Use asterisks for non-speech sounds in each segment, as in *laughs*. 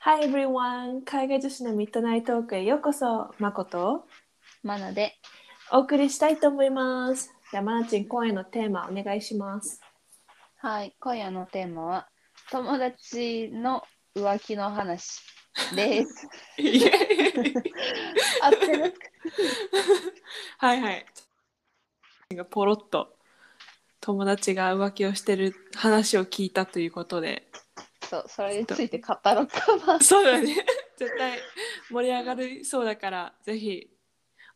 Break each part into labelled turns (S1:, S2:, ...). S1: Hi everyone! 海外女子のミッドナイトトークへようこそ、まこと
S2: マナで
S1: お送りしたいと思います。じゃあ、マナチン、今夜のテーマお願いします。
S2: はい今夜のテーマは友達の浮気の話です合ってる
S1: はいはい。ポロッと友達が浮気をしてる話を聞いたということで。
S2: そうそれについて語ろうかな
S1: そうだね。絶対盛り上がりそうだから、ぜひ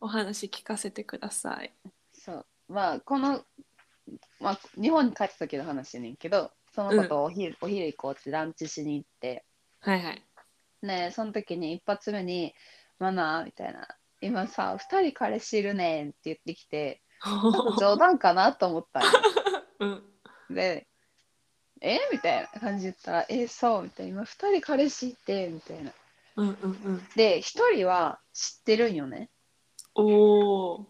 S1: お話聞かせてください。
S2: そうまあこの、まあ、日本に帰った時の話やねんけどそのことをお昼、お昼行こうってランチしに行って
S1: はいはい。
S2: ねその時に一発目に「マナー」みたいな「今さ2人彼氏いるねん」って言ってきて冗談かなと思ったんよ
S1: *laughs* うん、
S2: で、えみたいな感じで言ったら、え、そうみたいな。今、二人彼氏いて、みたいな。
S1: うんうんうん。
S2: で、一人は知ってるんよね。
S1: おお。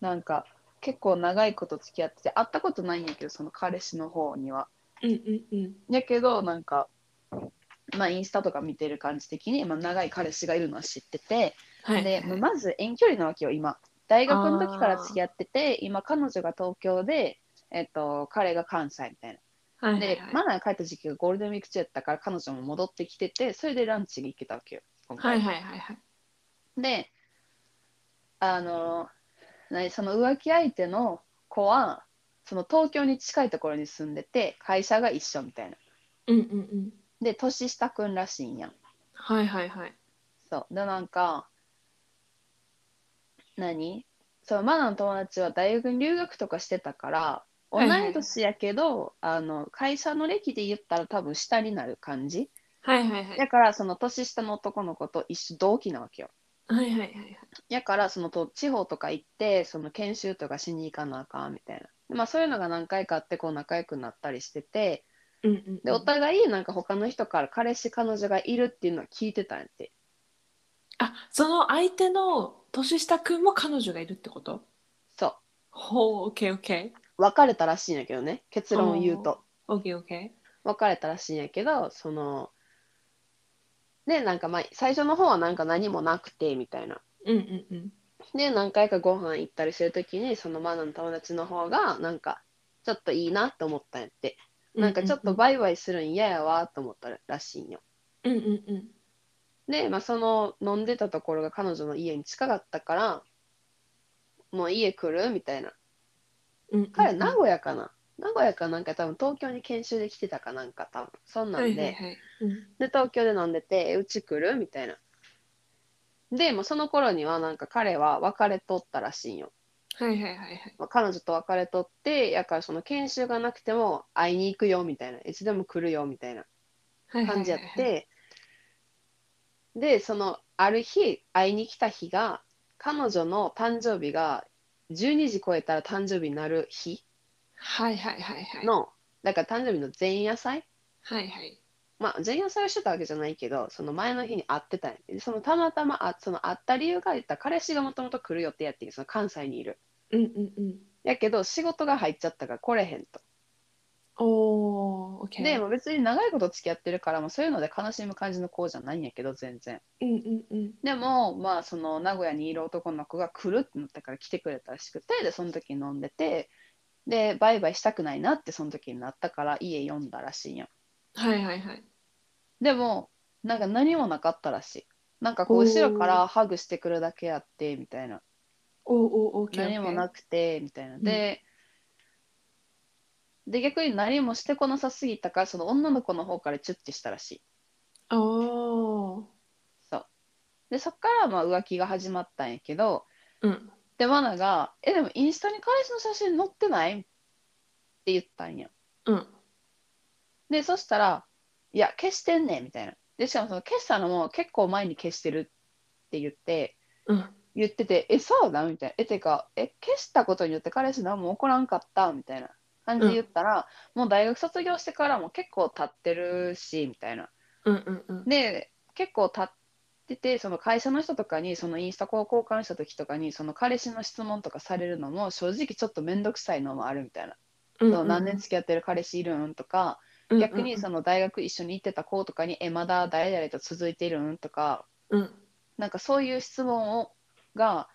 S2: なんか、結構長いこと付き合ってて、会ったことないんやけど、その彼氏の方には。
S1: うんうんうん。
S2: やけど、なんか、まあ、インスタとか見てる感じ的に、まあ、長い彼氏がいるのは知ってて、
S1: はい。
S2: で、まあまず遠距離なわけよ、今。大学の時から付き合ってて、今、彼女が東京で、えっと、彼が関西みたいな。
S1: はいはい
S2: で、マナー帰った時期がゴールデンウィーク中やったから彼女も戻ってきててそれでランチに行けたわけよ今
S1: は
S2: 回
S1: いはいはいはい。
S2: であの何その浮気相手の子はその東京に近いところに住んでて会社が一緒みたいな
S1: うんうんうん。
S2: で年下くんらしいんやん
S1: はいはいはい。
S2: そうでなんか何そのマナーの友達は大学に留学とかしてたから同
S1: はいいはい
S2: 年やけど、あの会社の歴で言ったら多分下になる感じ
S1: はいはいはい。
S2: だからその年下の男の子と一緒同期なわけよ。
S1: はいはいはいはい。
S2: だからそのと地方とか行ってその研修とかしに行かなあかんみたいな。まあそういうのが何回かあってこう仲良くなったりしてて
S1: うんうんうん。
S2: でお互いなんか他の人から彼氏彼女がいるっていうのは聞いてたんやって
S1: あ、その相手の年下くんも彼女がいるってこと
S2: そ
S1: ほう、オッケーオッケ
S2: う別れたらしいんやけどね結論を言う
S1: あー
S2: と
S1: ー。オッケーオッケ
S2: 別れたらしいんやけどそのでなんかまあ最初の方はなんか何もなくてみたいな
S1: ー。うんうんうん。
S2: で何回かご飯行ったりするときにそのマナの友達の方がなんかちょっといいなと思ったんやってなんかちょっとバイバイするん嫌やわと思ったらしいんよ
S1: うんうんうん。
S2: で、まあ、その飲んでたところが彼女の家に近かったからもう家来るみたいな
S1: うんうん
S2: 彼名古屋かな名古屋かなんか多分東京に研修で来てたかなんか多分そんなんで、
S1: はいはいはい。うん
S2: で東京で飲んでてえうち来るみたいなでもうその頃にはなんか彼は別れとったらしいんよ
S1: はいはいはいはい。
S2: まあ、彼女と別れとってやからその研修がなくても会いに行くよみたいないつでも来るよみた
S1: *laughs*
S2: いな
S1: はいはいはいはい
S2: 感じやって、。
S1: *laughs*
S2: でそのある日会いに来た日が彼女の誕生日が12時超えたら誕生日になる日
S1: はいはいはいはい。
S2: のだから誕生日の前夜祭
S1: はいはい。
S2: まあ前夜祭をしてたわけじゃないけどその前の日に会ってたんやでそのたまたまあその会った理由が言ったら彼氏がもともと来る予定やってんその関西にいる
S1: うんうんうん。
S2: やけど仕事が入っちゃったから来れへんと。
S1: おー、オッケー。
S2: でもう別に長いこと付き合ってるからもうそういうので悲しむ感じの子じゃないんやけど全然
S1: うんうんうん。
S2: でもまあその名古屋にいる男の子が来るってなったから来てくれたらしくてでその時飲んでてでバイバイしたくないなってその時になったから家呼んだらしいんや
S1: はいはいはい。
S2: でもなんか何もなかったらしいなんかこう後ろからハグしてくるだけやってみたいな
S1: おーおー、オッケー。
S2: 何もな
S1: く。
S2: くてみたいな
S1: うん
S2: で、で逆に何もしてこなさすぎたからその女の子の方からチュッてしたらしい
S1: おー。
S2: そう。で、そっからまあ浮気が始まったんやけど、
S1: うん。
S2: で、マナが、え、でもインスタに彼氏の写真載ってないって言ったんや。
S1: うん。
S2: で、そしたら、いや、消してんねん、みたいな。で、しかもその消したのも結構前に消してるって言って、
S1: うん。
S2: 言ってて、え、そうだみたいな。え、てか、え、消したことによって彼氏何も起こらんかったみたいな感じで言ったら、もう大学卒業してからも結構経ってるし、みたいな。
S1: うんうんうん。
S2: で結構経っててその会社の人とかにそのインスタこう交換した時とかにその彼氏の質問とかされるのも正直ちょっと面倒くさいのもあるみたいな、
S1: うん
S2: そうの
S1: ん
S2: 何年付き合ってる彼氏いるんとか逆にその大学一緒に行ってた子とかに「えまだ誰々と続いているん?」とか
S1: うん
S2: なんかそういう質問をが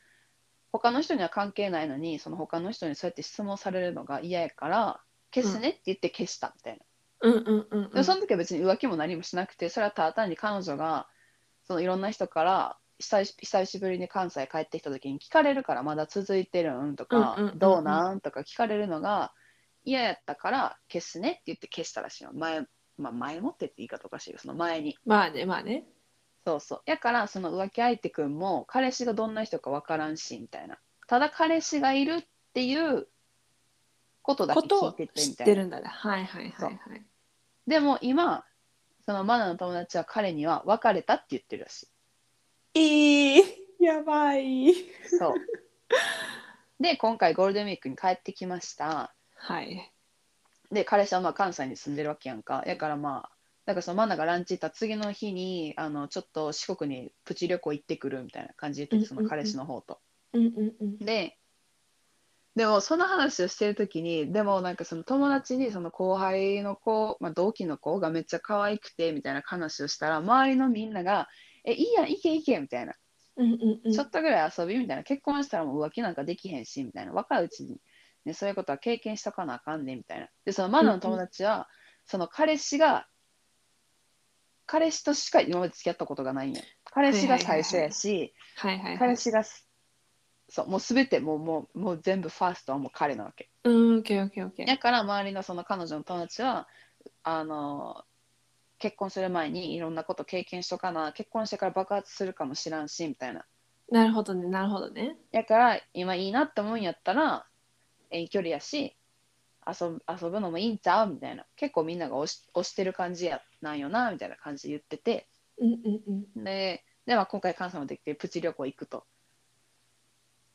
S2: 他の人には関係ないのにその他の人にそうやって質問されるのが嫌やから消すねって言って消したみたいな。
S1: うんうんうん
S2: でもその時は別に浮気も何もしなくてそれはただ単に彼女がそのいろんな人から久し久しぶりに関西帰ってきた時に聞かれるからまだ続いてるんとか、
S1: うんうんうんうん
S2: どうなんとか聞かれるのが嫌やったから消すねって言って消したらしいの前,、まあ、前もってって言い方おかしいよその前に
S1: まあねまあね
S2: そうそうやからその浮気相手くんも彼氏がどんな人か分からんしみたいなただ彼氏がいるっていうことだけ
S1: こと
S2: 聞い
S1: を
S2: てて
S1: 知
S2: み
S1: った
S2: いな
S1: てるんだねはいはいはいはい
S2: でも今、そのマナの友達は彼には別れたって言ってるらし
S1: い
S2: い。
S1: いやばい
S2: そう。で、今回ゴールデンウィークに帰ってきました。
S1: はい
S2: で、彼氏はまあ関西に住んでるわけやんか。やからまあ、だからそのマナがランチ行った次の日に、あの、ちょっと四国にプチ旅行行ってくるみたいな感じで言ってて、その彼氏の方と。
S1: うんうんうん
S2: で、でもその話をしてる時に、でもなんかその友達にその後輩の子、まあ、同期の子がめっちゃ可愛くてみたいな話をしたら、周りのみんなが、え、いいやん、いけいけみたいな。
S1: うんうんうん
S2: ちょっとぐらい遊びみたいな結婚したらもう浮気なんかできへんしみたいな若いうちに、ね、そういうことは経験しとかなあかんねみたいなでそのマナの友達は、その彼氏が彼氏としか今まで付き合ったことがないんや彼氏が最初やし、
S1: はいはいはい
S2: 彼氏がすそうもう全てもうもうもう全部ファーストはもう彼なわけ
S1: うんオッケーオッケーオッケー
S2: だから周りのその彼女の友達はあの結婚する前にいろんなこと経験しとかな結婚してから爆発するかもしらんしみたいな
S1: なるほどねなるほどね
S2: だから今いいなって思うんやったら遠距離やし遊ぶ遊ぶのもいいんちゃうみたいな結構みんなが押し押してる感じやなんよなみたいな感じで言ってて
S1: うんうんうん
S2: でで、まあ、今回関西まで来てプチ旅行行くと。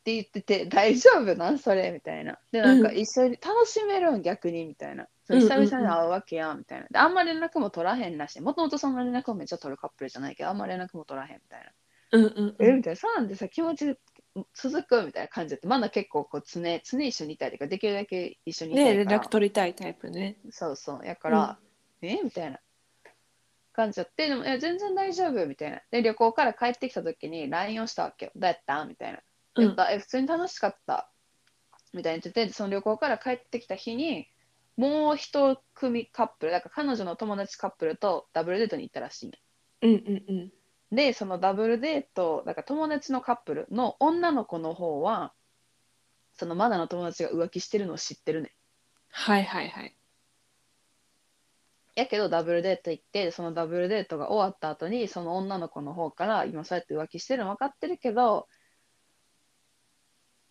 S2: って言ってて「大丈夫なんそれ」みたいな。でなんか
S1: う
S2: 一緒に楽しめるん逆にみたいな。そう
S1: うんう
S2: 久
S1: んうん
S2: 々に会うわけやみたいな。であんま連絡も取らへんなしもともとそんな連絡もめっちゃ取るカップルじゃないけどあんま連絡も取らへんみたいな。
S1: うんうんう
S2: え
S1: ん
S2: みたいな、そうなんでさ、気持ち続くみたいな感じだって、まだ結構こう常、常に一緒にいたいというか、できるだけ一緒にいた
S1: ね
S2: いか
S1: 連
S2: ら、
S1: 絡取りたいタイプね
S2: そうそう、やから、えみたいな感じだって、でも、え全然大丈夫みたいな。で、旅行から帰ってきた時に LINE をしたわけよ。どうやったみたいな。
S1: う
S2: や
S1: ん
S2: っぱ、え、普通に楽しかった。みたいに言ってて、その旅行から帰ってきた日に、もう一組カップル、だから彼女の友達カップルとダブルデートに行ったらしいんよ
S1: うんうんうん
S2: でそのダブルデートだから友達のカップルの女の子の方はそのマナの友達が浮気してるのを知ってるね
S1: はいはいはい
S2: やけどダブルデート行ってそのダブルデートが終わった後にその女の子の方から今そうやって浮気してるの分かってるけど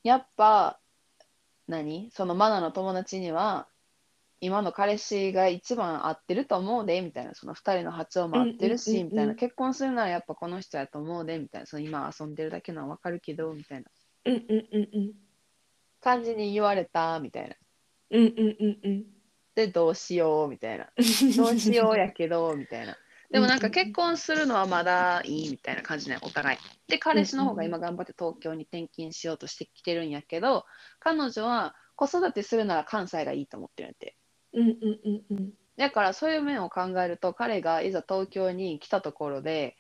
S2: やっぱ何そのマナの友達には今の彼氏が一番合ってると思うでみたいなその2人の波長も合ってるし、
S1: うんうんうんうん
S2: みたいな結婚するならやっぱこの人やと思うでみたいなその今遊んでるだけなの分かるけどみたいな。
S1: うんうんうんうん
S2: 感じに言われたみたいな。
S1: うんうんうんうん
S2: でどうしようみたいな。どうし *laughs* ようやけどみたいな。でもなんか結婚するのはまだいいみたいな感じねお互い。で彼氏の方が今頑張って東京に転勤しようとしてきてるんやけど彼女は子育てするなら関西がいいと思ってるんやって。
S1: うんうんうんうん
S2: だからそういう面を考えると彼がいざ東京に来たところで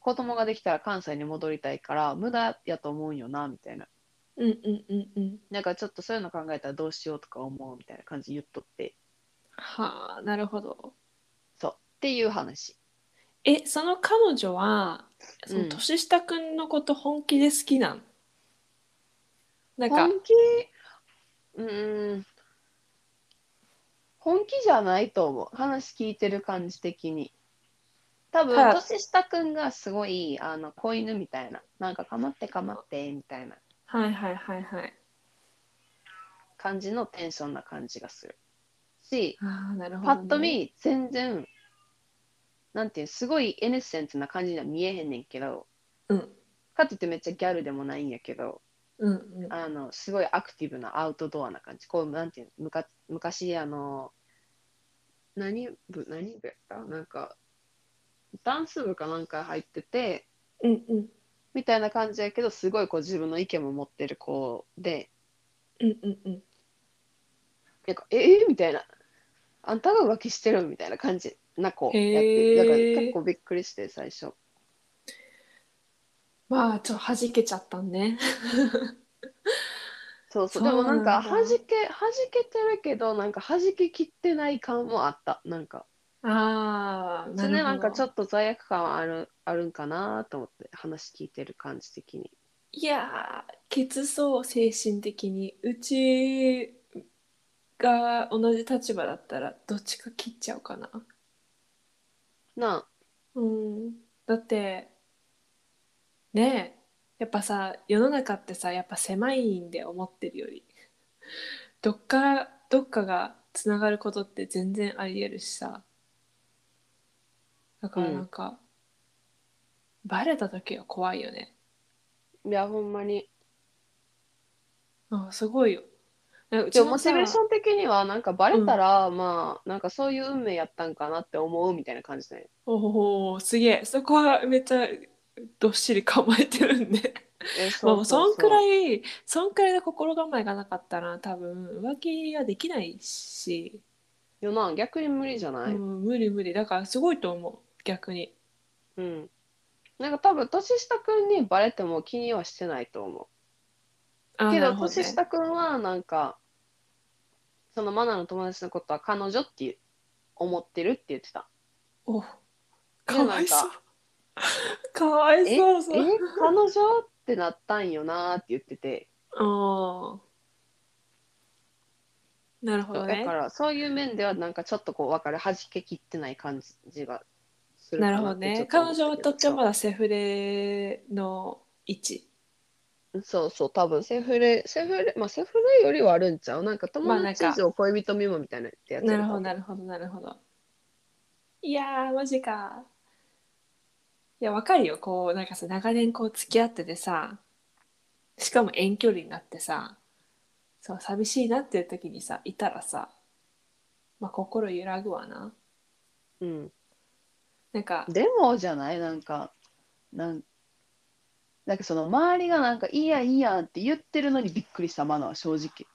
S2: 子供ができたら関西に戻りたいから無駄やと思うんよなみたいな。
S1: うんうんうんうん
S2: なんかちょっとそういうの考えたらどうしようとか思うみたいな感じ言っとって。
S1: はあなるほど
S2: そうっていう話。
S1: えその彼女はその
S2: うん
S1: 年下くんのこと本気で好きなん、なんか
S2: 本気うーん本気じゃないと思う話聞いてる感じ的に多分
S1: ただ
S2: 年下くんがすごいあの子犬みたいななんかかまってかまってみたいな
S1: はいはいはいはい
S2: 感じのテンションな感じがするし
S1: ああなるほ
S2: パ
S1: ど、ね、
S2: ッと見全然なんていうすごいエネッセンスな感じには見えへんねんけど
S1: うん
S2: かといってめっちゃギャルでもないんやけど、
S1: うんうん
S2: あのすごいアクティブなアウトドアな感じこうなんていうのむか昔あの何部何部やったなんかダンス部かなんか入ってて
S1: うんうん
S2: みたいな感じやけどすごいこう自分の意見も持ってる子で
S1: うんうんうん
S2: なんかえー、みたいなあんたが浮気してるみたいな感じな子やっ
S1: へ
S2: て
S1: ー
S2: だから結構びっくりして最初
S1: まあちょっと弾けちゃったんね。
S2: そうそ
S1: そう
S2: うで
S1: なん
S2: も
S1: だ
S2: なんか弾け弾けてるけどなんか弾けきってない感もあったなんか
S1: ああ、
S2: それねなんかちょ
S1: っと。
S2: っと罪悪感はあるあるんかなと思って話聞いてる感じ的に
S1: いやー、きつそう、精神的に。うちが同じ立場だったら、どっちか切っちゃうかな。
S2: なあ
S1: うん、だってねえやっぱさ世の中ってさやっぱ狭いんで思ってるより *laughs* どっからどっかがつながることって全然ありえるしさだからなんか、バレた時は怖いよね
S2: いやほんまに
S1: あすごいよなんかう
S2: で
S1: ち
S2: もモ
S1: も
S2: チ
S1: さ
S2: ベーション的にはなんかバレたら、まあなんかそういう運命やったんかなって思うみたいな感じだよね
S1: おおすげえそこはめっちゃどっしり構えてるんで
S2: え
S1: まあ、そんくら
S2: い
S1: いそんくらいの心構えがなかったら多分浮気はできないし、
S2: よな逆に無理じゃない、
S1: うん、無理無理だからすごいと思う逆に
S2: うん。なんか多分年下くんにバレても気にはしてないと思
S1: あ
S2: う。
S1: ー
S2: け
S1: な
S2: ど
S1: るほね
S2: 年下くんはなんかそのマナの友達のことは彼女っていう思ってるって言ってた。
S1: おかわいそう
S2: でな
S1: かわい
S2: ええ
S1: そうそう
S2: 彼女ってなったんよなーって言ってて、
S1: あーなるほど
S2: だ
S1: ね
S2: からそういう面ではなんかちょっとこう分かる弾けきってない感じがする
S1: な
S2: か
S1: るほ
S2: な
S1: ど
S2: ってちょ
S1: ね彼女は
S2: っと思ったけど
S1: とっちゃまだセフレの位置
S2: そうそう多分セフレセフレまあセフレよりはあるんちゃうなんか
S1: まあ
S2: 友
S1: なん
S2: 達
S1: か
S2: 以上恋人未満みたいなってやつ
S1: な
S2: や
S1: る
S2: と
S1: ほ
S2: 思
S1: ど
S2: う
S1: なるほどなるほどいやーマジかいやわかるよこうなんかさ長年こう付き合っててさしかも遠距離になってさそう寂しいなっていう時にさいたらさまあ心揺らぐわな
S2: うん
S1: なんか
S2: でもじゃないなんかなんなんかその周りがなんか「いいやいいや」って言ってるのにびっくりしたマナは正直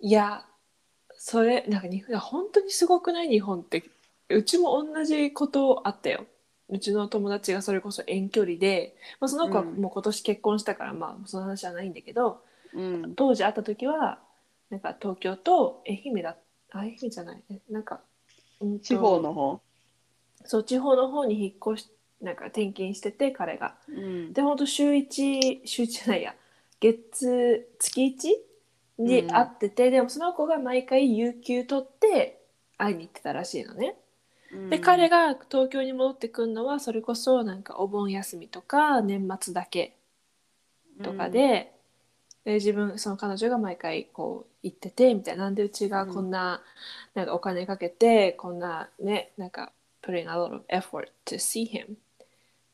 S1: いやそれなんか日本本当にすごくない日本ってうちも同じことあったようちの友達がそれこそ遠距離で、まあ、その子は
S2: うん
S1: もう今年結婚したから、まあその話はないんだけど、
S2: うん
S1: 当時会った時はなんか東京と愛媛だあ愛媛じゃないえなんかうんと
S2: 地方の方
S1: そう地方の方に引っ越しなんか転勤してて彼が
S2: うん
S1: でほんと週一週一じゃないや月月一に会ってて、でもその子が毎回有給取って会いに行ってたらしいのねで彼
S2: が
S1: が東京に戻ってくるのはそれこそなんかお盆休みとか年末だけとかで,、で自分その彼女が毎回こう行っててみたいななんでうちがこんな,、なんかお金かけてこんなねなんか putting a lot of effort to see him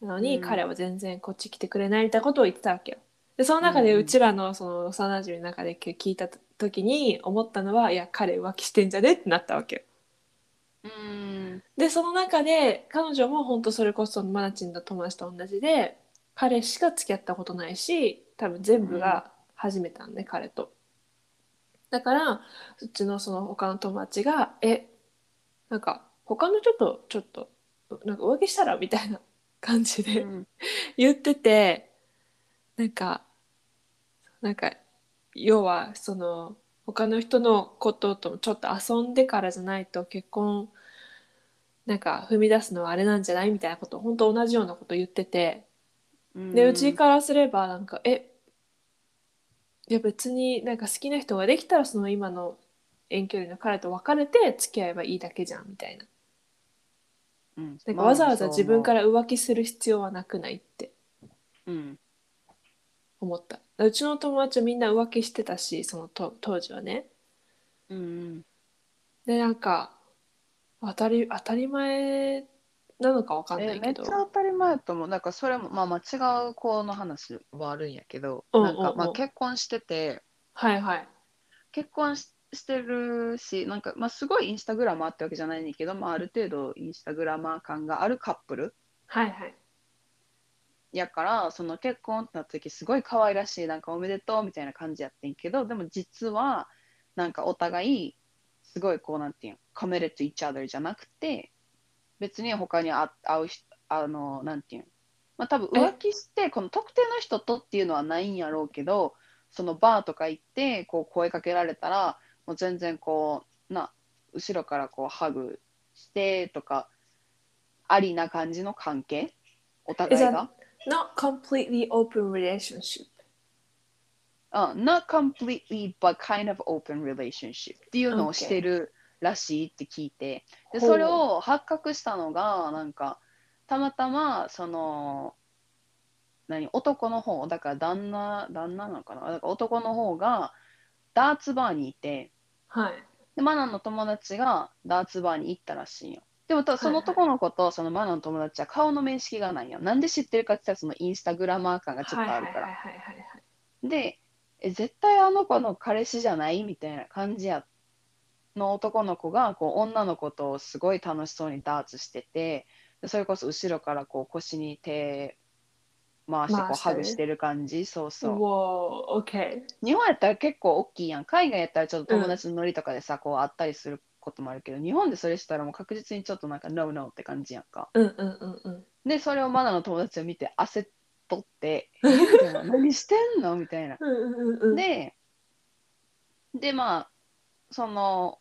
S1: なのに、
S2: うん
S1: 彼は全然こっち来てくれないみたいなことを言ってたわけよ。でその中で
S2: うん
S1: うちらのその幼馴染の中で聞いた時に思ったのはいや彼浮気してんじゃねってなったわけよ。
S2: うん
S1: でその中で彼女も本当それこそマナチンの友達と同じで彼しか付き合ったことないし多分全部が初めてなんで、彼とだからうちのその他の友達がえなんか他の人とちょっとなんか浮気したらみたいな感じ
S2: う
S1: で
S2: ん
S1: 言っててなんかなんか要はその他の人のことともちょっと遊んでからじゃないと結婚なんか踏み出すのはあれなんじゃないみたいなこと本当同じようなこと言ってて
S2: うん
S1: でうちからすればなんかえいや別になんか好きな人ができたらその今の遠距離の彼と別れて付き合えばいいだけじゃんみたいな
S2: うん、
S1: なんかわざわざ自分からら浮気する必要はなくないって
S2: うん
S1: 思ったうちの友達はみんな浮気してたしそのと当時はね
S2: うん
S1: でなんか当たり当たり前なのかわかんな
S2: え
S1: い
S2: め
S1: け
S2: っち
S1: ど
S2: ゃ当たり前だと思うなんかそれもまあまあ違う子の話はあるんやけど、
S1: うん
S2: な
S1: う
S2: ん
S1: んう
S2: か
S1: ん
S2: まあ結婚してて、
S1: はいはい
S2: 結婚ししてるしなんか、まあ、すごいインスタグラマーってわけじゃないねんだけど、まあ、ある程度インスタグラマー感があるカップル
S1: はいはい
S2: やからその結婚ってなった時すごい可愛らしいなんかおめでとうみたいな感じやってんけどでも実はなんかお互いすごいこうなんていうの committed to each other じゃなくて別に他にあ会う人あのなんていうのまあ多分浮気してこの特定の人とっていうのはないんやろうけどそのバーとか行ってこう声かけられたらもう全然こうな後ろからこうハグしてとかありな感じの関係お互い
S1: えじ
S2: が
S1: ゃ。Not completely open relationship.
S2: うん not completely but kind of open relationship っていうのを
S1: Okay.
S2: してるらしいって聞いて、で
S1: ほう
S2: それを発覚したのがなんかたまたまその何男の方だから旦那旦那なのかなだから男の方がダーツバーにいて
S1: はい。
S2: でマナの友達がダーツバーに行ったらしいんよでもたその男の子とそのマナの友達は顔の面識がないんよなんで知ってるかって言ったらそのインスタグラマー感がちょっとあるから
S1: はいはいはいはいはいはい。
S2: でえ絶対あの子の彼氏じゃないみたいな感じやの男の子がこう女の子とすごい楽しそうにダーツしててでそれこそ後ろからこう腰に手回してこう
S1: 回した
S2: ハ
S1: り
S2: グしてる感じそうそう
S1: Wow, okay.
S2: 日本やったら結構大きいやん海外やったらちょっと友達のノリとかでさ、こう会ったりすることもあるけど日本でそれしたらもう確実にちょっとなんか NO NO って感じやんか
S1: うんうんうんうん。
S2: でそれをマナの友達を見て焦っと
S1: *laughs*
S2: って「えでも何してんの?」みたいな
S1: うんうんうんうん。
S2: で、で、まあ、その、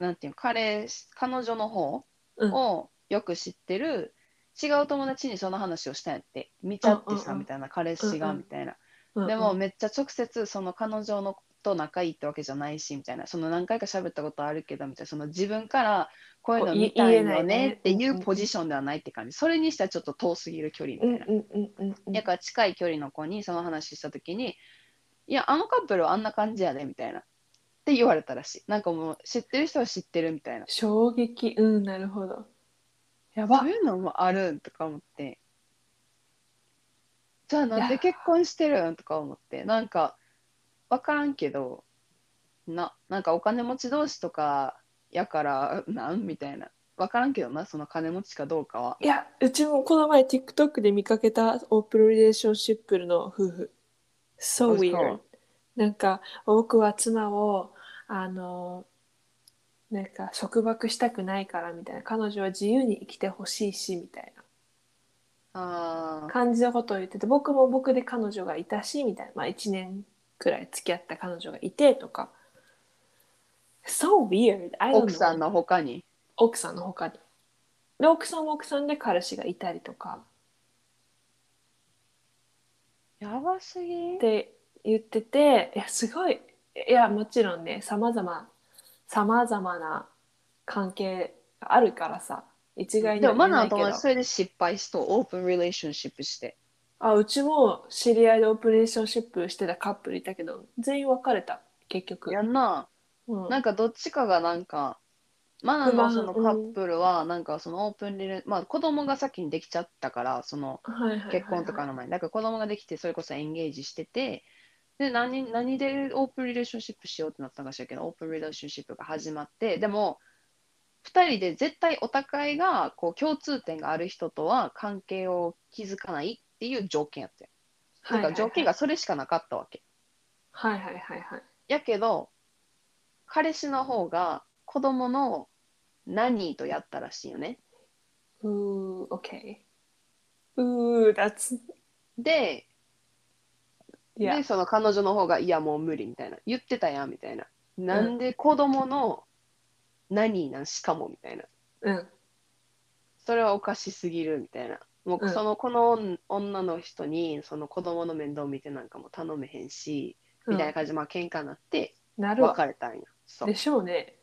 S2: なんていうの彼氏、彼女の方
S1: うん
S2: をよく知ってる、違う友達にその話をしたんやって、見ちゃって
S1: うんうん
S2: さ、
S1: うん
S2: みたいな、彼氏
S1: う
S2: が、
S1: んうん
S2: みたいな。
S1: うんうん、
S2: でも、めっちゃ直接、その彼女のと仲いいってわけじゃないし、みたいな、その何回か喋ったことあるけど、みたいな、その自分から、こういうの見た
S1: こ
S2: い
S1: う言
S2: よ
S1: えない
S2: ね
S1: ね
S2: っていうポジションではないって感じ。それにしてはちょっと遠すぎる距離みた
S1: う
S2: い
S1: ん
S2: な。
S1: うんうんうんうん。
S2: だから近い距離の子にその話した時に「いやあのカップルはあんな感じやで」みたいなって言われたらしいなんかもう知ってる人は知ってるみたいな
S1: 衝撃。うん、なるほど。やば
S2: そう。いうのもあるんとか思ってじゃあなん
S1: い
S2: で
S1: や
S2: 結婚してるんとか思ってなんか分からんけどななんかお金持ち同士とかやからなんみたいな分からんけどなその金持ちかどうかはい
S1: や、うちもこの前 TikTok で見かけたオープンリレーションシップの夫婦。So
S2: そう
S1: weird. なんか、僕は妻を、あの、なんか束縛したくないからみたいな。彼女は自由に生きてほしいし、みたい
S2: あ
S1: な
S2: ー
S1: 感じのことを言ってて、僕も僕で彼女がいたし、みたいな。まあ1年くらい付き合った彼女がいてとか。So weird. I don't know.
S2: 奥さんの他に
S1: 奥さんの他に。で、奥さんは奥さんで彼氏がいたりとか。
S2: やばすぎ
S1: って言ってていやすごいいやもちろんねさまざまさまざまな関係があるからさ一概に
S2: で
S1: は
S2: も
S1: 言え
S2: マ
S1: な
S2: ナー
S1: いけ
S2: と
S1: ど
S2: 同じそれで失敗しと *laughs* オープンリレーションシップして
S1: あうちも知り合いでオープンレーションシップしてたカップルいたけど全員別れた結局、
S2: やんな
S1: うん
S2: なんかどっちかがなんかマナー
S1: 不
S2: の
S1: 満
S2: そのカップルはなんかそのオープンリレーまあ子供が先にできちゃったからその
S1: はいはいはいはい
S2: 結婚とかの前にだから子供ができてそれこそエンゲージしててで何何でオープンリレーションシップしようってなったのかしらんけどオープンリレーションシップが始まってでも2人で絶対お互いがこう共通点がある人とは関係を築かないっていう条件やったよ
S1: は
S2: ないん
S1: はい
S2: か
S1: はい
S2: 条件がそれしかなかったわけ。
S1: はいはいはいはい
S2: やけど、彼氏の方が子供のナニーとやったらしいよね。
S1: うー OK うー that's
S2: で、
S1: いや
S2: でその彼女の方が、いや、もう無理みたいな。言ってたやんみたいな。なんで子供のナニーなんしかもみたいな。
S1: うん
S2: それはおかしすぎるみたいな。
S1: う
S2: もうんそのこの女女の人にその子供の面倒見てなんかも頼めへんし、みたいな感じでまあ喧嘩になって
S1: うんなるわ
S2: 別れたんや。そう
S1: でしょうね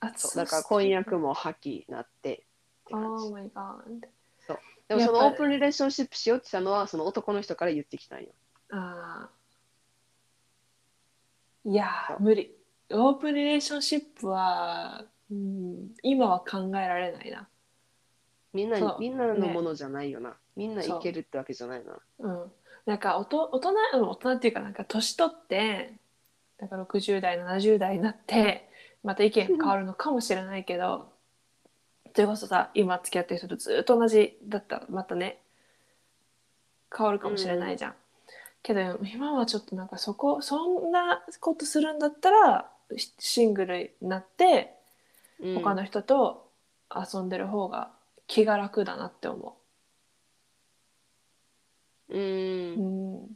S1: あ
S2: そう。だから婚約も破棄になってって感じ
S1: Oh my god
S2: でも
S1: やっ
S2: そ
S1: ぱ
S2: のオープンリレーションシップしようって言ったのはその男の人から言ってきたんよ。
S1: あーいや
S2: そう
S1: ー無理オープンリレーションシップは、うん、今は考えられないな、
S2: みんなに
S1: そう
S2: みんなの
S1: ね
S2: ものじゃないよな。みんないけるってわけじゃないな。
S1: うん、なんかおと大人うん大人っていうかなんか年取ってなんか60代70代になってまた意見が変わるのかもしれないけどそれこそさ今付き合ってる人とずっと同じだったらまたね変わるかもしれないじゃん、けど今はちょっとなんかそこそんなことするんだったらシシングルになって
S2: うん
S1: 他の人と遊んでる方が気が楽だなって思
S2: う
S1: う。うんん、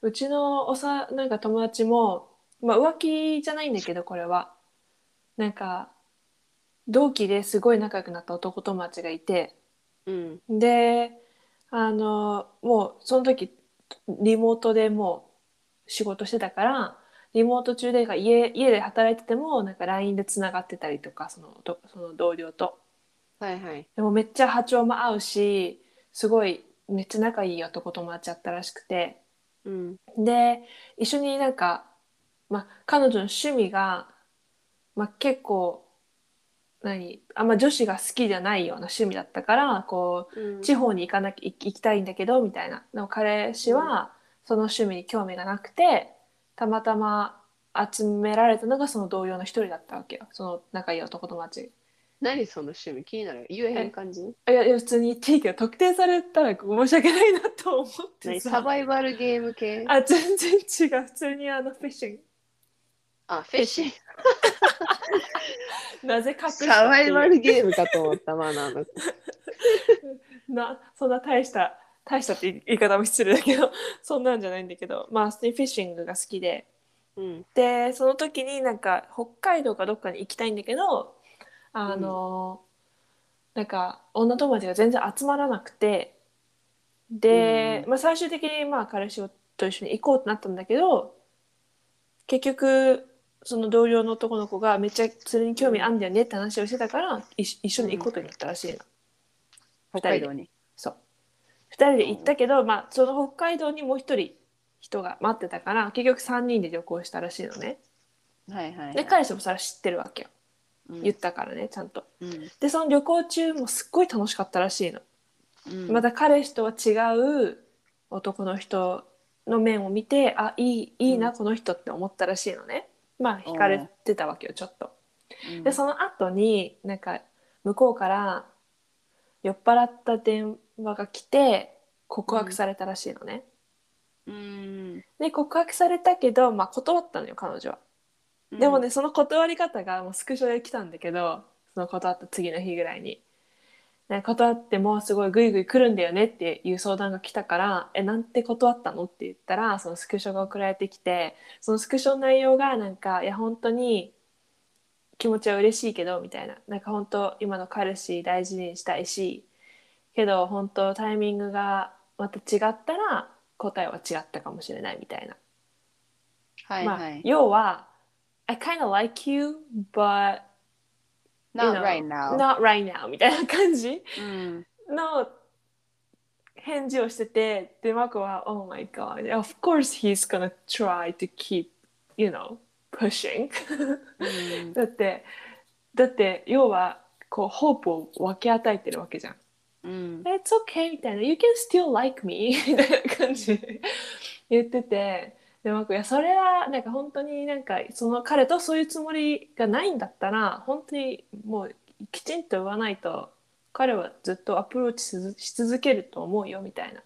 S1: うちのおさなんか友達も、まあ、浮気じゃないんだけどこれはなんか同期ですごい仲良くなった男友達がいて
S2: うん
S1: であのもうその時リモートでもう仕事してたからリモート中でが家家で働いててもなんか LINE でつながってたりとかそのとその同僚と。
S2: はいはい
S1: でもめっちゃ波長も合うしすごいめっちゃ仲いい男友達だったらしくて
S2: うん
S1: で一緒になんか、まあ、彼女の趣味が、まあ、結構何あんま女子が好きじゃないような趣味だったからこ
S2: うん
S1: う地方に行かなきゃ行き行きたいんだけどみたいなでも彼氏はその趣味に興味がなくてたまたま集められたのがその同僚の一人だったわけよその仲いい男友達
S2: 何その趣味気になる言えへん感じ
S1: いやいや普通に言っていいけど特定されたら申し訳ないなと思って
S2: 何
S1: さ
S2: サバイバルゲーム系
S1: あ全然違う普通にあのフィッシン
S2: あフェッシング
S1: グなぜ隠した
S2: サ
S1: っ
S2: バ
S1: てい
S2: イ
S1: う
S2: バルゲームかと思ったまあなんか
S1: なそんな大した大したって言い方も失礼だけど *laughs* そんなんじゃないんだけどまあ普通にフィッシングが好きで
S2: うん
S1: でその時になんか北海道かどっかに行きたいんだけどあの、なんか女友達が全然集まらなくてで、
S2: う
S1: まあ、最終的にまあ彼氏と一緒に行こうってなったんだけど結局その同僚の男の子がめっちゃそれに興味あんだよねって話をしてたからい一緒に行くことになったらしいの。
S2: 北海道に
S1: そう2人で行ったけど、まあ、その北海道にもう一人人が待ってたから結局3人で旅行したらしいのね。
S2: はいはいはい
S1: で彼氏もそれは知ってるわけよ
S2: うん
S1: 言ったからねちゃんと
S2: うん
S1: でその旅行中もすっごい楽しかったらしいの、
S2: うん
S1: また彼氏とは違う男の人の面を見てあいいいいな、
S2: うん
S1: この人って思ったらしいのねまあ惹かれてたわけよちょっと
S2: うん
S1: でその後になんか向こうから酔っ払った電話が来て告白されたらしいのね、
S2: うん
S1: で告白されたけど、まあ、断ったのよ彼女はでもね、その断り方がもうスクショで来たんだけどその断った次の日ぐらいに。ね断ってもすごいグイグイ来るんだよねっていう相談が来たから「えなんて断ったの?」って言ったらそのスクショが送られてきてそのスクショの内容がなんか「いや本当に気持ちは嬉しいけど」みたいな「なんか本当今の彼氏大事にしたいしけど本当タイミングがまた違ったら答えは違ったかもしれない」みたいな
S2: はい
S1: ま
S2: は
S1: あ
S2: い、
S1: 要は「I kind of like you but you
S2: Not
S1: know,
S2: right now
S1: not right now」みたいな感じ
S2: うん
S1: の返事をしててでマコは「Oh my god of course he's gonna try to keep you know pushing
S2: う」ん
S1: だってだって要はこうホープを分け与えてるわけじゃん
S2: うん
S1: 「It's okay」みたいな「You can still like me」み *laughs* たいな感じで言っててでもいやそれはなんか本当になんかその彼とそういうつもりがないんだったら本当にもうきちんと言わないと彼はずっとアプローチし続し続けると思うよみたいな。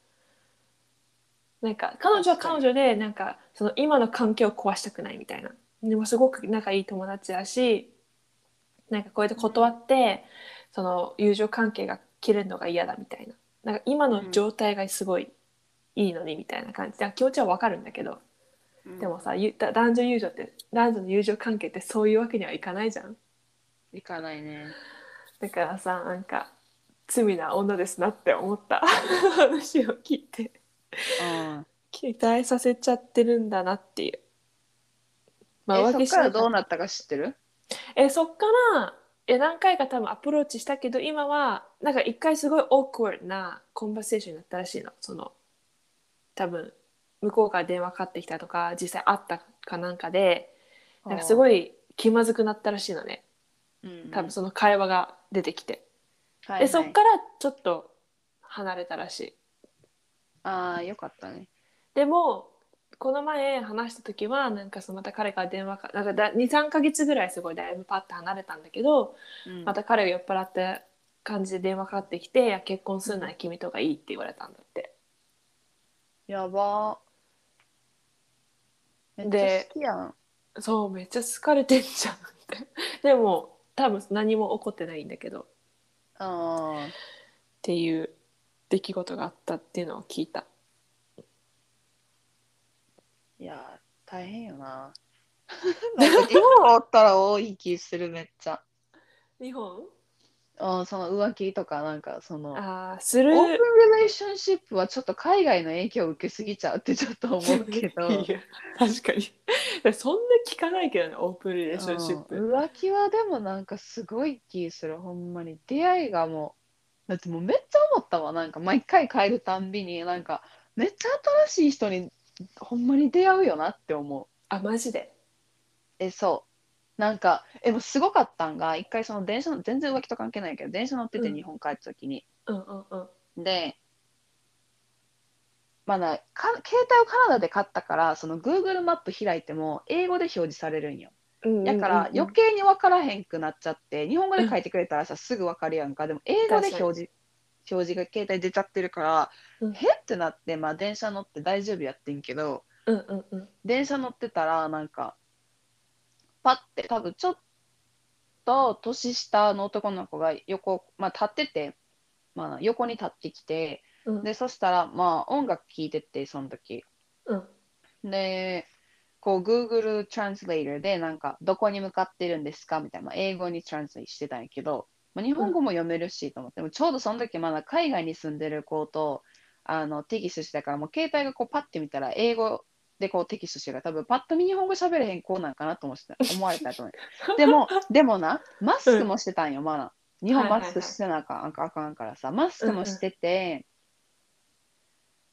S1: なんか彼女は彼女でなんかその今の関係を壊したくないみたいなでもすごく仲いい友達だしなんかこうやって断ってその友情関係が切れるのが嫌だみたいななんか今の状態がすごいいいのにみたいな感じで気持ちはわかるんだけどでもさゆだ男女友情って男女の友情関係ってそういうわけにはいかないじゃん
S2: 行かないね
S1: だからさなんか罪な女ですなって思った話を聞いて
S2: うん
S1: 期待させちゃってるんだなっていう。まあ、
S2: え
S1: 浮
S2: そ
S1: 気
S2: っ
S1: し
S2: か
S1: な
S2: ら
S1: かっ
S2: どうなったか知ってる
S1: えそっからえ何回か多分アプローチしたけど今はなんか一回すごいオークワードなコンバセーションになったらしいのその多分向こうから電話かかってきたとか実際会ったかなんかでなんかす
S2: い、
S1: ごい気まずくなったらしいのね
S2: うん
S1: 多分その会話が出てきて、
S2: はいはい
S1: でそっからちょっと離れたらしい
S2: ああよかったね
S1: でもこの前話した時はなんかそのまた彼から電話かなんかだ23ヶ月ぐらいすごいだいぶパッと離れたんだけど
S2: うん
S1: また彼が酔っ払った感じで電話かかってきていや「結婚するなら君とかいい」って言われたんだって
S2: やばーめっちゃ
S1: で
S2: 好きやん
S1: そうめっちゃ疲れてんじゃんって *laughs* でも多分何も起こってないんだけどっ
S2: あ
S1: ていう出来事があったっていうのを聞いた
S2: ーいやー大変
S1: *laughs*
S2: よななんか日本おったら多い気するめっちゃ
S1: 日本
S2: あーその浮気とかなんかその
S1: あーす
S2: オ
S1: る
S2: ープンリレーションシップはちょっと海外の影響を受けすぎちゃうってちょっと思うけど
S1: いや *laughs* 確かに *laughs* そんな聞かないけどねオープンリレーションシップ、
S2: うん浮気はでもなんかすごい気するほんまに出会いがもうだってもうめっちゃ思ったわなんか毎回帰るたんびになんかめっちゃ新しい人にほんまに出会うよなって思う
S1: あマジで
S2: えそうなんかえもうすごかったんが一回その電車の全然浮気と関係ないけど電車乗ってて
S1: うん
S2: 日本帰った時に、
S1: うんうんうん
S2: でまあなか携帯をカナダで買ったからその Google マップ開いても英語で表示されるんよ
S1: うん
S2: だから余計に分からへんくなっちゃって日本語で書いてくれたらさすぐ分かるやんかでも英語で
S1: 確かに
S2: 表示表示が携帯出ちゃってるから、
S1: うん
S2: へってなって、まあ、電車乗って大丈夫やってんけど
S1: うんうんうん
S2: 電車乗ってたらなんかパッて多分ちょっと年下の男の子が横、まあ、立ってて、まあ、横に立ってきて
S1: うん
S2: でそしたらまあ音楽聴いててその時
S1: うん
S2: で、こう Google Translator でなんかどこに向かってるんですかみたいな、まあ英語に translate してたんやけど、まあ、日本語も読めるしと思って、でもちょうどその時まだ海外に住んでる子とあのテキストしてたから、もう携帯がこうパッて見たら英語でこうテキストしてるから、多分パッと見日本語喋れへん子なんかなと思ってた思われたと思う。でも、でもな、マスクもしてたんよ、まだ。日本マスクしてなあかん,、あかんからさ、マスクもしてて、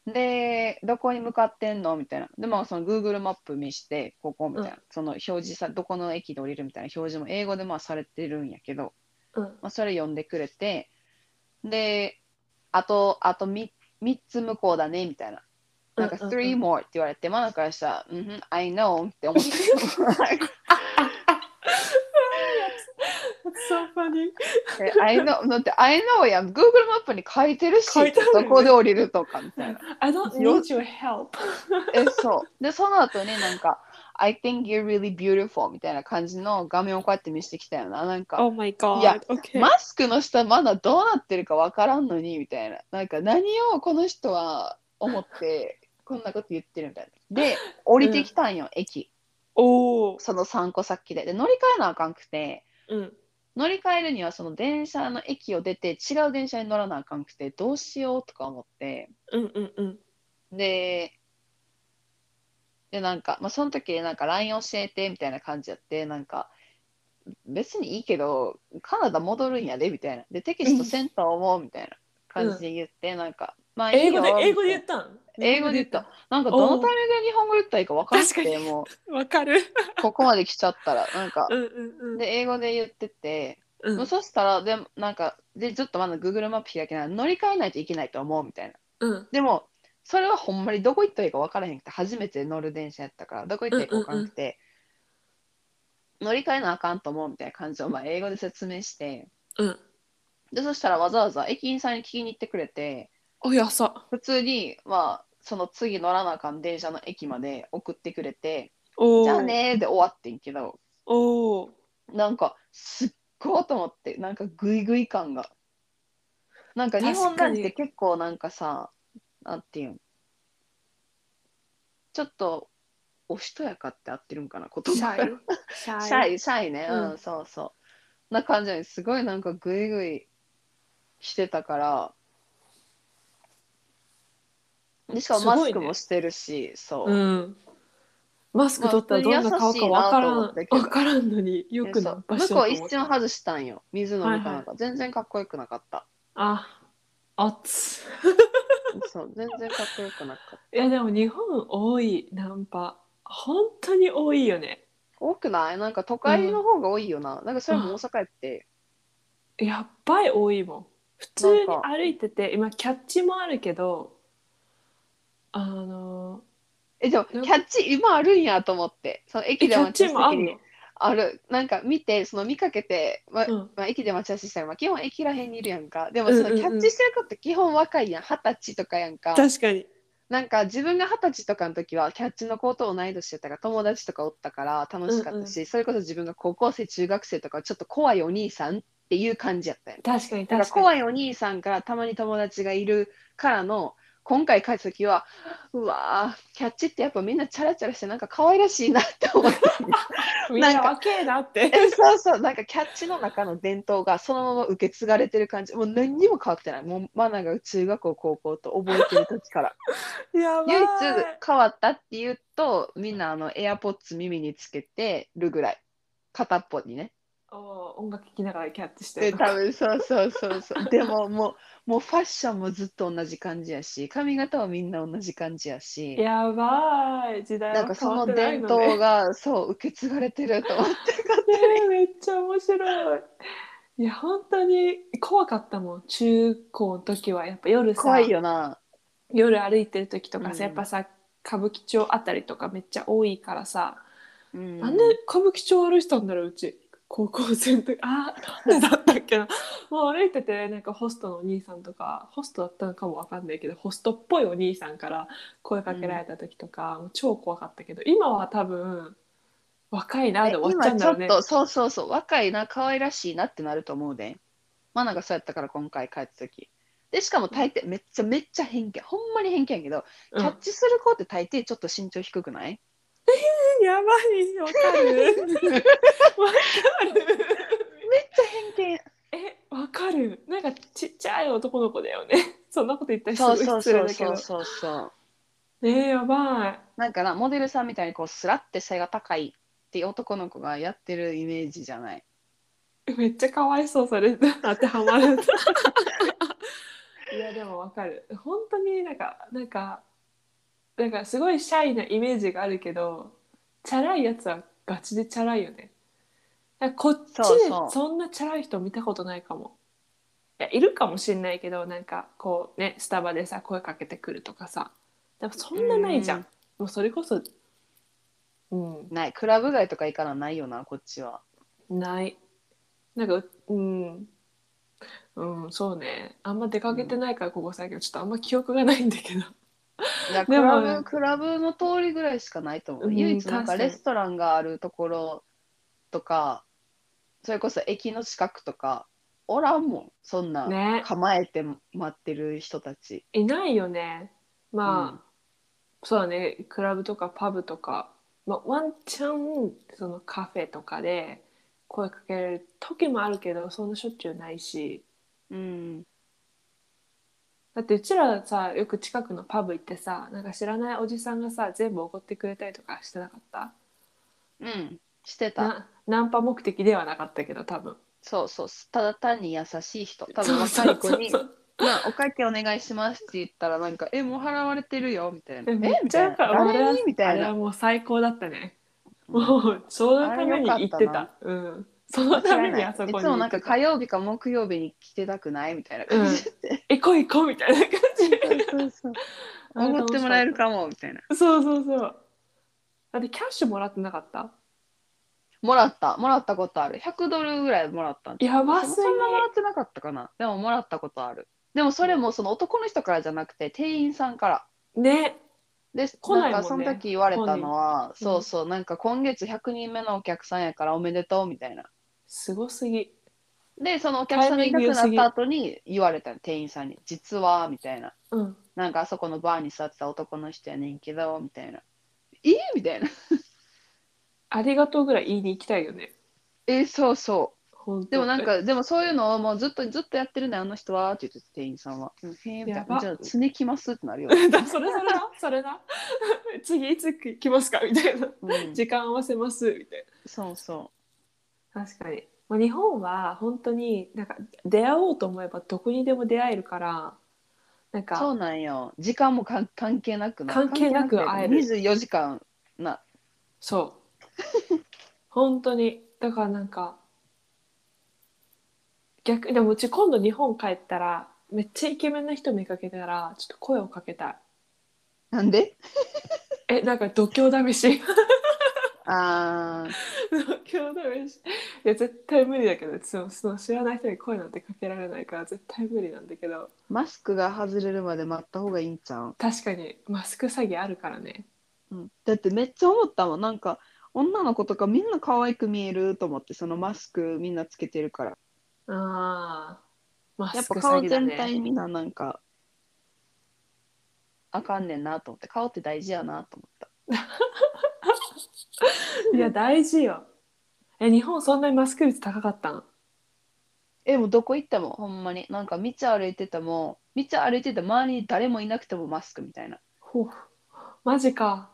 S2: で、どこに向かってんのみたいな。で、まあ、その Google マップ見して、ここみたいな。
S1: う
S2: その表示さ、どこの駅で降りるみたいな表示も英語でまあされてるんやけど、
S1: うん
S2: まあ、それ読んでくれて、で、あと、あと 3, 三つ向こうだね、みたいな。なんか、
S1: うんうんうん
S2: three more って言われて、マナからしたら、うんふん、I know って思って。
S1: *laughs* そうファニー
S2: え I know だって I know やん Google マップに書いてるし
S1: 書いてあるよね
S2: どこで降りるとかみたいな
S1: I don't need your help
S2: えそうでその後になんか I think you're really beautiful みたいな感じの画面をこうやって見せてきたよななんか
S1: Oh my god
S2: いや
S1: OK
S2: マスクの下まだどうなってるかわからんのにみたいななんか何をこの人は思ってこんなこと言ってるみたいなで降りてきたんよ、駅
S1: おお
S2: その3個先でで乗り換えなあかんくて
S1: うん
S2: 乗り換えるにはその電車の駅を出て違う電車に乗らなあかんくてどうしようとか思って
S1: うんうんうん
S2: ででなんか、まあ、その時なんか LINE 教えてみたいな感じやってなんか別にいいけどカナダ戻るんやでみたいなでテキストセンターもみたいな感じで言って、なんかまあいい
S1: 英
S2: よ
S1: 語で英語で言
S2: み
S1: ったん
S2: たいな英語で言ったなんかどのタイミングで日本語言ったらいいか分かんなく
S1: 確か
S2: ても
S1: わかる
S2: うここまで来ちゃったらなんか
S1: うんうんうん
S2: で英語で言ってて
S1: う
S2: もうんそしたらでもなんかでずっとまだ Google マップ開けない乗り換えないといけないと思うみたいな
S1: うん
S2: でもそれはほんまにどこ行ったらいいか分からへんくて初めて乗る電車やったからどこ行ったらいいか分からなくて、乗り換えなあかんと思うみたいな感じをまあ英語で説明して
S1: うん
S2: でそしたらわざわざ駅員さんに聞きに行ってくれて
S1: おやさ
S2: 普通にまあその次乗らなあかん電車の駅まで送ってくれて「
S1: おー
S2: じゃあね」で終わってんけど
S1: おー
S2: なんかすっごいと思ってなんかグイグイ感がなんか日本
S1: 確か
S2: なん
S1: に
S2: て結構なんかさなんていうんちょっとおしとやかって合ってるんかな言
S1: シ
S2: 葉
S1: ャイ
S2: が
S1: シャイ
S2: *laughs* シャイシャイねうん、
S1: うん
S2: そうそうな感じですごいなんかグイグイしてたからでしかも
S1: すごい
S2: マ
S1: ね
S2: スクもしてるし、そう、
S1: うんマスク取ったらどんな顔かわからん、
S2: まあ普通に優しいなと思ったけど
S1: わからんのによく
S2: でそ
S1: の
S2: う
S1: 場
S2: 向
S1: 所
S2: こ
S1: と
S2: う
S1: 思
S2: 一
S1: った
S2: 瞬外したんよ水飲みかなんか、
S1: はい
S2: 全然かっこよくなかった
S1: あ熱
S2: そう、全然かっこよくなかった。
S1: いやでも日本多いナンパ本当に多いよね
S2: 多くないなんか都会の方が多いよな。なんかそれも大阪やって。
S1: やっばい多いもん普通に歩いてて今キャッチもあるけどあの
S2: え、でも、キ
S1: うん
S2: ャッチ、今あるんやと思って。その
S1: え
S2: 駅
S1: キ
S2: で
S1: ャッ
S2: 待ち
S1: チ
S2: 合
S1: もあ
S2: わせ
S1: ん
S2: の
S1: の
S2: 時に、ある。なんか見て、その見かけて、ま
S1: うん
S2: まあ、駅で待ち合わせしたら、まあ、基本駅らへんにいるやんか。でも、
S1: うん
S2: そ
S1: うん
S2: の
S1: うん
S2: キャッチしてる子って基本若いやん。二十歳とかやんか。
S1: 確かに
S2: なんか自分が二十歳とかの時はキャッチの子と同い年やったから友達とかおったから楽しかったし、それこそ自分が高校生中学生とかはちょっと怖いお兄さんっていう感じやったよ
S1: 確かに
S2: だから
S1: 確かに
S2: 怖いお兄さんからたまに友達がいるからの今回帰った時はうわーキャッチってやっぱみんなチャラチャラしてなんか可愛らしいなって思
S1: *laughs*
S2: って
S1: みんな
S2: なんか
S1: 若えなって
S2: えそうそうなんかキャッチの中の伝統がそのまま受け継がれてる感じもう何にも変わってないもうマナーが中学校高校と覚えてる時から
S1: *laughs* やばい
S2: 唯一変わったっていうとみんなあのエアポッツ耳につけてるぐらい片っぽにね
S1: お音楽聴きながらキャッチして
S2: で
S1: る
S2: 多分そうそうそうそうでももうもうファッションもずっと同じ感じやし髪型はみんな同じ感じやし
S1: やばい時代
S2: なん
S1: は
S2: か
S1: 変
S2: そ
S1: わっ
S2: の
S1: てない
S2: 伝
S1: の
S2: 統
S1: ね
S2: がそう受け継がれてると思って
S1: ね *laughs* えめっちゃ面白いいや本当に怖かったもん中高の時はやっぱ夜さ
S2: 怖いよな
S1: 夜歩いてる時とかさ、
S2: うん
S1: やっぱさ歌舞伎町あたりとかめっちゃ多いからさ、
S2: うん
S1: なんで歌舞伎町歩いてたんだろううち高校生の時あーなんでだったっけな *laughs* もう歩いててなんかホストのお兄さんとかホストだったのかもわかんないけどホストっぽいお兄さんから声かけられた時とか、もう超怖かったけど今は多分若いなで終わっちゃうん
S2: 今ち
S1: だ
S2: ょ
S1: ろう
S2: っ
S1: ね
S2: とそうそうそう若いな可愛らしいなってなると思うでマナがそうやったから今回帰った時でしかも大抵めっちゃめっちゃ偏見ほんまに偏見やけどキ
S1: うん
S2: *laughs* ャッチする子って大抵ちょっと身長低くない、
S1: やばいわかる
S2: めっちゃ
S1: わかる
S2: 偏見
S1: えわかるなんかちっちゃい男の子だよね *laughs* そんなこと言ったりす
S2: そ
S1: ご
S2: う
S1: い
S2: そう
S1: 失礼
S2: そ
S1: だ
S2: う
S1: け
S2: そ
S1: ど
S2: うそうそう
S1: えー、やばい
S2: なんかなモデルさんみたいにこうスラって背が高いっていう男の子がやってるイメージじゃない
S1: *laughs* めっちゃかわいそうそれ当てはまる *laughs* いやでもわかる本当になんかなんかなんかすごいシャイなイメージがあるけどチャラいやつはガチでチャラいよねなんかこっちで
S2: そうそう
S1: そんなチャラい人見たことないかもいやいるかもしれないけどなんかこうねスタバでさ声かけてくるとかさでもそんなないじゃん
S2: うん
S1: もうそれこそうん
S2: ないクラブ街とか行かなないよなこっちは
S1: ないなんかうんうんそうねあんま出かけてないからここ最近ちょっとあんま記憶がないんだけど
S2: いやク
S1: でも
S2: ラブクラブの通りぐらいしかないと思う、
S1: うん
S2: 唯一なんか
S1: 確かに
S2: レストランがあるところとかそれこそ駅の近くとかおらんもんそんな、
S1: ね
S2: 構えて待ってる人たち
S1: いないよねまあ、
S2: うん
S1: そうだねクラブとかパブとか、まあ、ワンチャンそのカフェとかで声かけられる時もあるけどそんなしょっちゅうないし
S2: うん
S1: だってうちらさよく近くのパブ行ってさなんか知らないおじさんがさ全部おごってくれたりとかしてなかった
S2: うんしてた
S1: なナンパ目的ではなかったけど多分
S2: そうそうただ単に優しい人多分若い子に
S1: そうそうそうそう
S2: 「なあお会計お願いします」って言ったらなんか「えもう払われてるよ」みたいな「え
S1: えめ
S2: み
S1: っち
S2: た
S1: ゃよ
S2: いな
S1: かった俺
S2: 誰
S1: は
S2: に?」みた
S1: あ
S2: い
S1: れは
S2: な
S1: もう最高だったね、
S2: うん
S1: もうそのために行っ
S2: あ
S1: て
S2: れ
S1: た
S2: よかった
S1: うんそのためにあそこに
S2: いつもなんか火
S1: 行って
S2: 曜日か木曜日に来てたくないみたいな感じで、
S1: た行こう行こうみたいな感じ
S2: そうそうそう。おごってもらえるかもみたいな。
S1: そうそうそうだってキャッシュもらってなかった
S2: もらった、もらったことある。100ドルぐらいもらったんちゃう
S1: やばすぎ
S2: そんなもらってなかったかな。でももらったことある。でもそれもその男の人からじゃなくて店員さんから。
S1: ね
S2: で、
S1: 来ないもんね
S2: なんかその時言われたのは、
S1: 人
S2: そうそう、なんか今月100人目のお客さんやからおめでとうみたいな。
S1: すごすぎ
S2: で、そのお客さんがいなくなった後に言われたの店員さんに、実はみたいな。
S1: うん
S2: なんかあそこのバーに座ってた男の人やねんけど、みたいな。えーみたいな。 *laughs*
S1: ありがとうぐらい言いに行きたいよね
S2: えーそうそう。
S1: 本当
S2: でもなんか、でもそういうのをもうずっとずっとやってるんだよ、あの人はって言って店員さんは。うん、へえみた
S1: や
S2: い
S1: ば
S2: な。じゃあ、常来ますってなるよ。
S1: *laughs* *laughs* だそれそれなそれな *laughs* 次いつ来ますかみたいな
S2: うん、
S1: 時間合わせますみたいな
S2: そうそ
S1: 確かに、まあ、日本は本当になんか出会おうと思えばどこにでも出会えるからなん
S2: う。そ
S1: か
S2: うなんよ。時間もかん関係なくな
S1: 関係なく
S2: 関係
S1: 会える
S2: 24時間な。 *laughs*
S1: そう本当にだからなんか逆でもうち今度日本帰ったらめっちゃイケメンな人見かけたらちょっと声をかけたい
S2: なんで
S1: *laughs* えなんか度胸試し
S2: あ
S1: 共同飯いや絶対無理だけどそのその知らない人に声なんてかけられないから絶対無理なんだけど
S2: ーマスクが外れるまで待った方がいいんちゃう、
S1: 確かにマスク詐欺あるからね
S2: うん、だってめっちゃ思ったもんなんか女の子とかみんな可愛く見えると思ってそのマスクみんなつけてるから
S1: ああマ
S2: やっ
S1: スク
S2: ぱ
S1: 詐
S2: 顔
S1: 欺だ
S2: 全
S1: ね
S2: 体みんななんかあかんねんなと思って顔って大事やなと思った
S1: いや大事よえ日本そんなにマスク率高かったん
S2: えもうどこ行ってもほんまになんか道歩いてても道歩いてて周りに誰もいなくてもマスクみたいな
S1: ほうマジか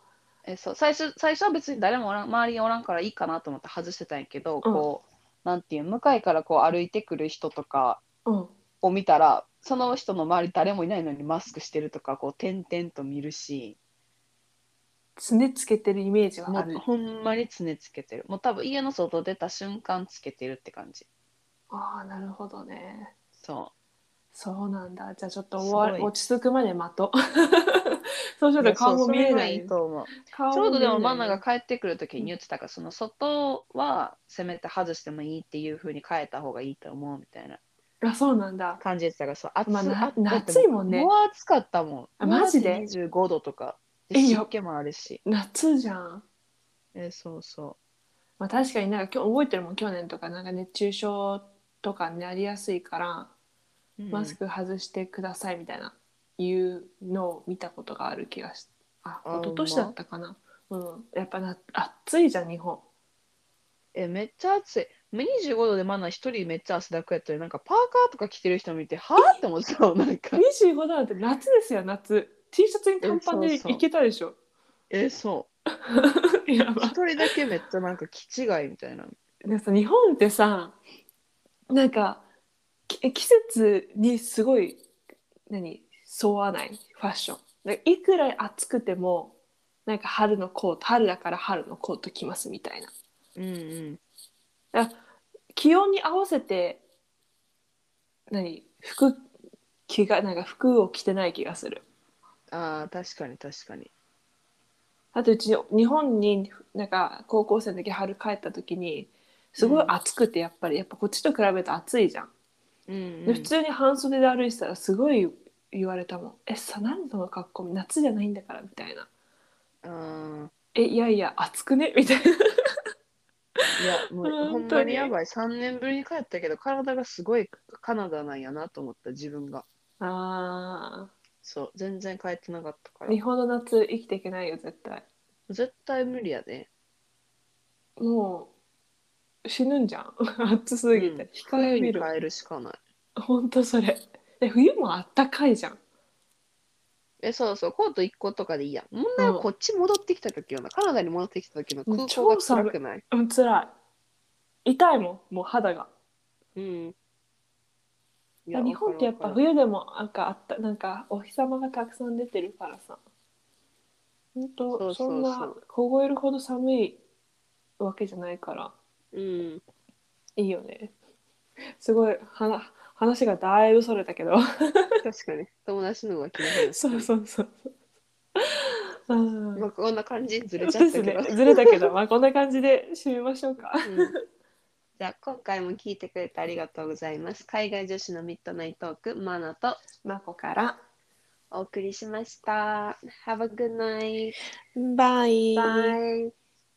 S2: えそう最初最初は別に誰もおらん周りにおらんからいいかなと思って外してたんやけど、こうなんていう向かいからこう歩いてくる人とか
S1: うん
S2: を見たらその人の周り誰もいないのにマスクしてるとかこう点々と見るし
S1: すねつけてるイメージは
S2: も
S1: ある
S2: うほんまに常つけてるもう多分家の外出た瞬間つけてるって感じ
S1: ああなるほどね
S2: そ
S1: そうなんだじゃあちょっと
S2: す
S1: 終
S2: ごい
S1: わり落ち着くまで待とう *laughs* そうすると顔も見えない
S2: やそうそれがいいと思う
S1: 顔
S2: ちょうどでもマナ
S1: が
S2: が帰ってくる時に言ってたからその外はせめて外してもいいっていう風に変えた方がいいと思うみたいな
S1: あそうなんだ
S2: 感じでしたからそう暑,、
S1: まあな
S2: 暑だって
S1: 夏いもんね
S2: もう暑かったも
S1: あ
S2: ん
S1: マジで
S2: もう暑い25度とかで
S1: えや
S2: 湿気もあるし
S1: 夏じゃん、
S2: えそうそ
S1: まあ、確かになんか今日覚えてるもん去年とかなんか熱中症とかになりやすいから
S2: う、
S1: マスク外してくださいみたいないうのを見たことがある気がしあ
S2: あ
S1: 一昨年だったかなうんやっぱな暑いじゃん日本
S2: えめっちゃ暑いもう25度でマナ一人めっちゃ汗だくやったりなんかパーカーとか着てる人見てはあって思ってたもんな
S1: *laughs*
S2: んか
S1: 25度なんて夏ですよ夏 T シャツに短パンで
S2: えそうそう
S1: いけたでしょ
S2: えそ
S1: *laughs*
S2: う
S1: や
S2: 一
S1: ば
S2: 人だけめっちゃなんか気違いみたいな
S1: でもさ日本ってさなんかき季節にすごい何沿わないファッションでいくら暑くてもなんか春のコート春だから春のコート着ますみたいな
S2: うんうん
S1: 気温に合わせて何服着がなんか服を着てない気がする
S2: あー確かに確かに
S1: あとうち日本になんか高校生の時春帰った時にすごい暑くてやっぱり、やっぱこっちと比べると暑いじゃん
S2: うん、
S1: で普通に半袖で歩いてたらすごい言われたもん「えさ何その格好夏じゃないんだから」みたいな
S2: あ
S1: 「えいやいや暑くね」みたいな
S2: ーいやもうほ
S1: 本
S2: ん
S1: 当
S2: ま
S1: に
S2: にやばい3年ぶりに帰ったけど体がすごいカナダなんやなと思った自分が
S1: あ
S2: そう全然帰ってなかったか
S1: ー日
S2: ら
S1: 本の夏生きていけないよ絶対
S2: 絶対無理やで
S1: もう死ぬんじゃん *laughs* 暑すぎ
S2: うん
S1: て、光
S2: 冬
S1: 見
S2: に
S1: る
S2: 帰るしかない
S1: ほんとそれで冬もあったかいじゃん
S2: えそうそうコート1個とかでいいやん問題
S1: う
S2: は
S1: ん
S2: こっち戻ってきた時よな、カナダに戻ってきた時の空港
S1: 超
S2: が辛くない
S1: うんつらい痛いもんもう肌が
S2: うんいや
S1: 日本ってやっぱ
S2: わかるわかる
S1: 冬でもなんかあったなんかお日様がたくさん出てるからさ本
S2: そ
S1: 当
S2: うそう
S1: そ
S2: そ
S1: ん
S2: う
S1: な凍えるほど寒いわけじゃないから
S2: うん
S1: いいよねすごいはな話がだいぶそれたけ
S2: *laughs*
S1: ど
S2: 確かに友達の浮気の話
S1: そうそうそうそううん
S2: まあこんな感じずれちゃ
S1: で
S2: った
S1: す
S2: けど
S1: ね、ずれたけど、まあ、こんな感じで締めましょうか。
S2: うんじゃあ今回も聞いてくれてありがとうございます海外女子のミッドナイトークマナと
S1: まこから。
S2: お送りしました Have a good night
S1: バイ
S2: Bye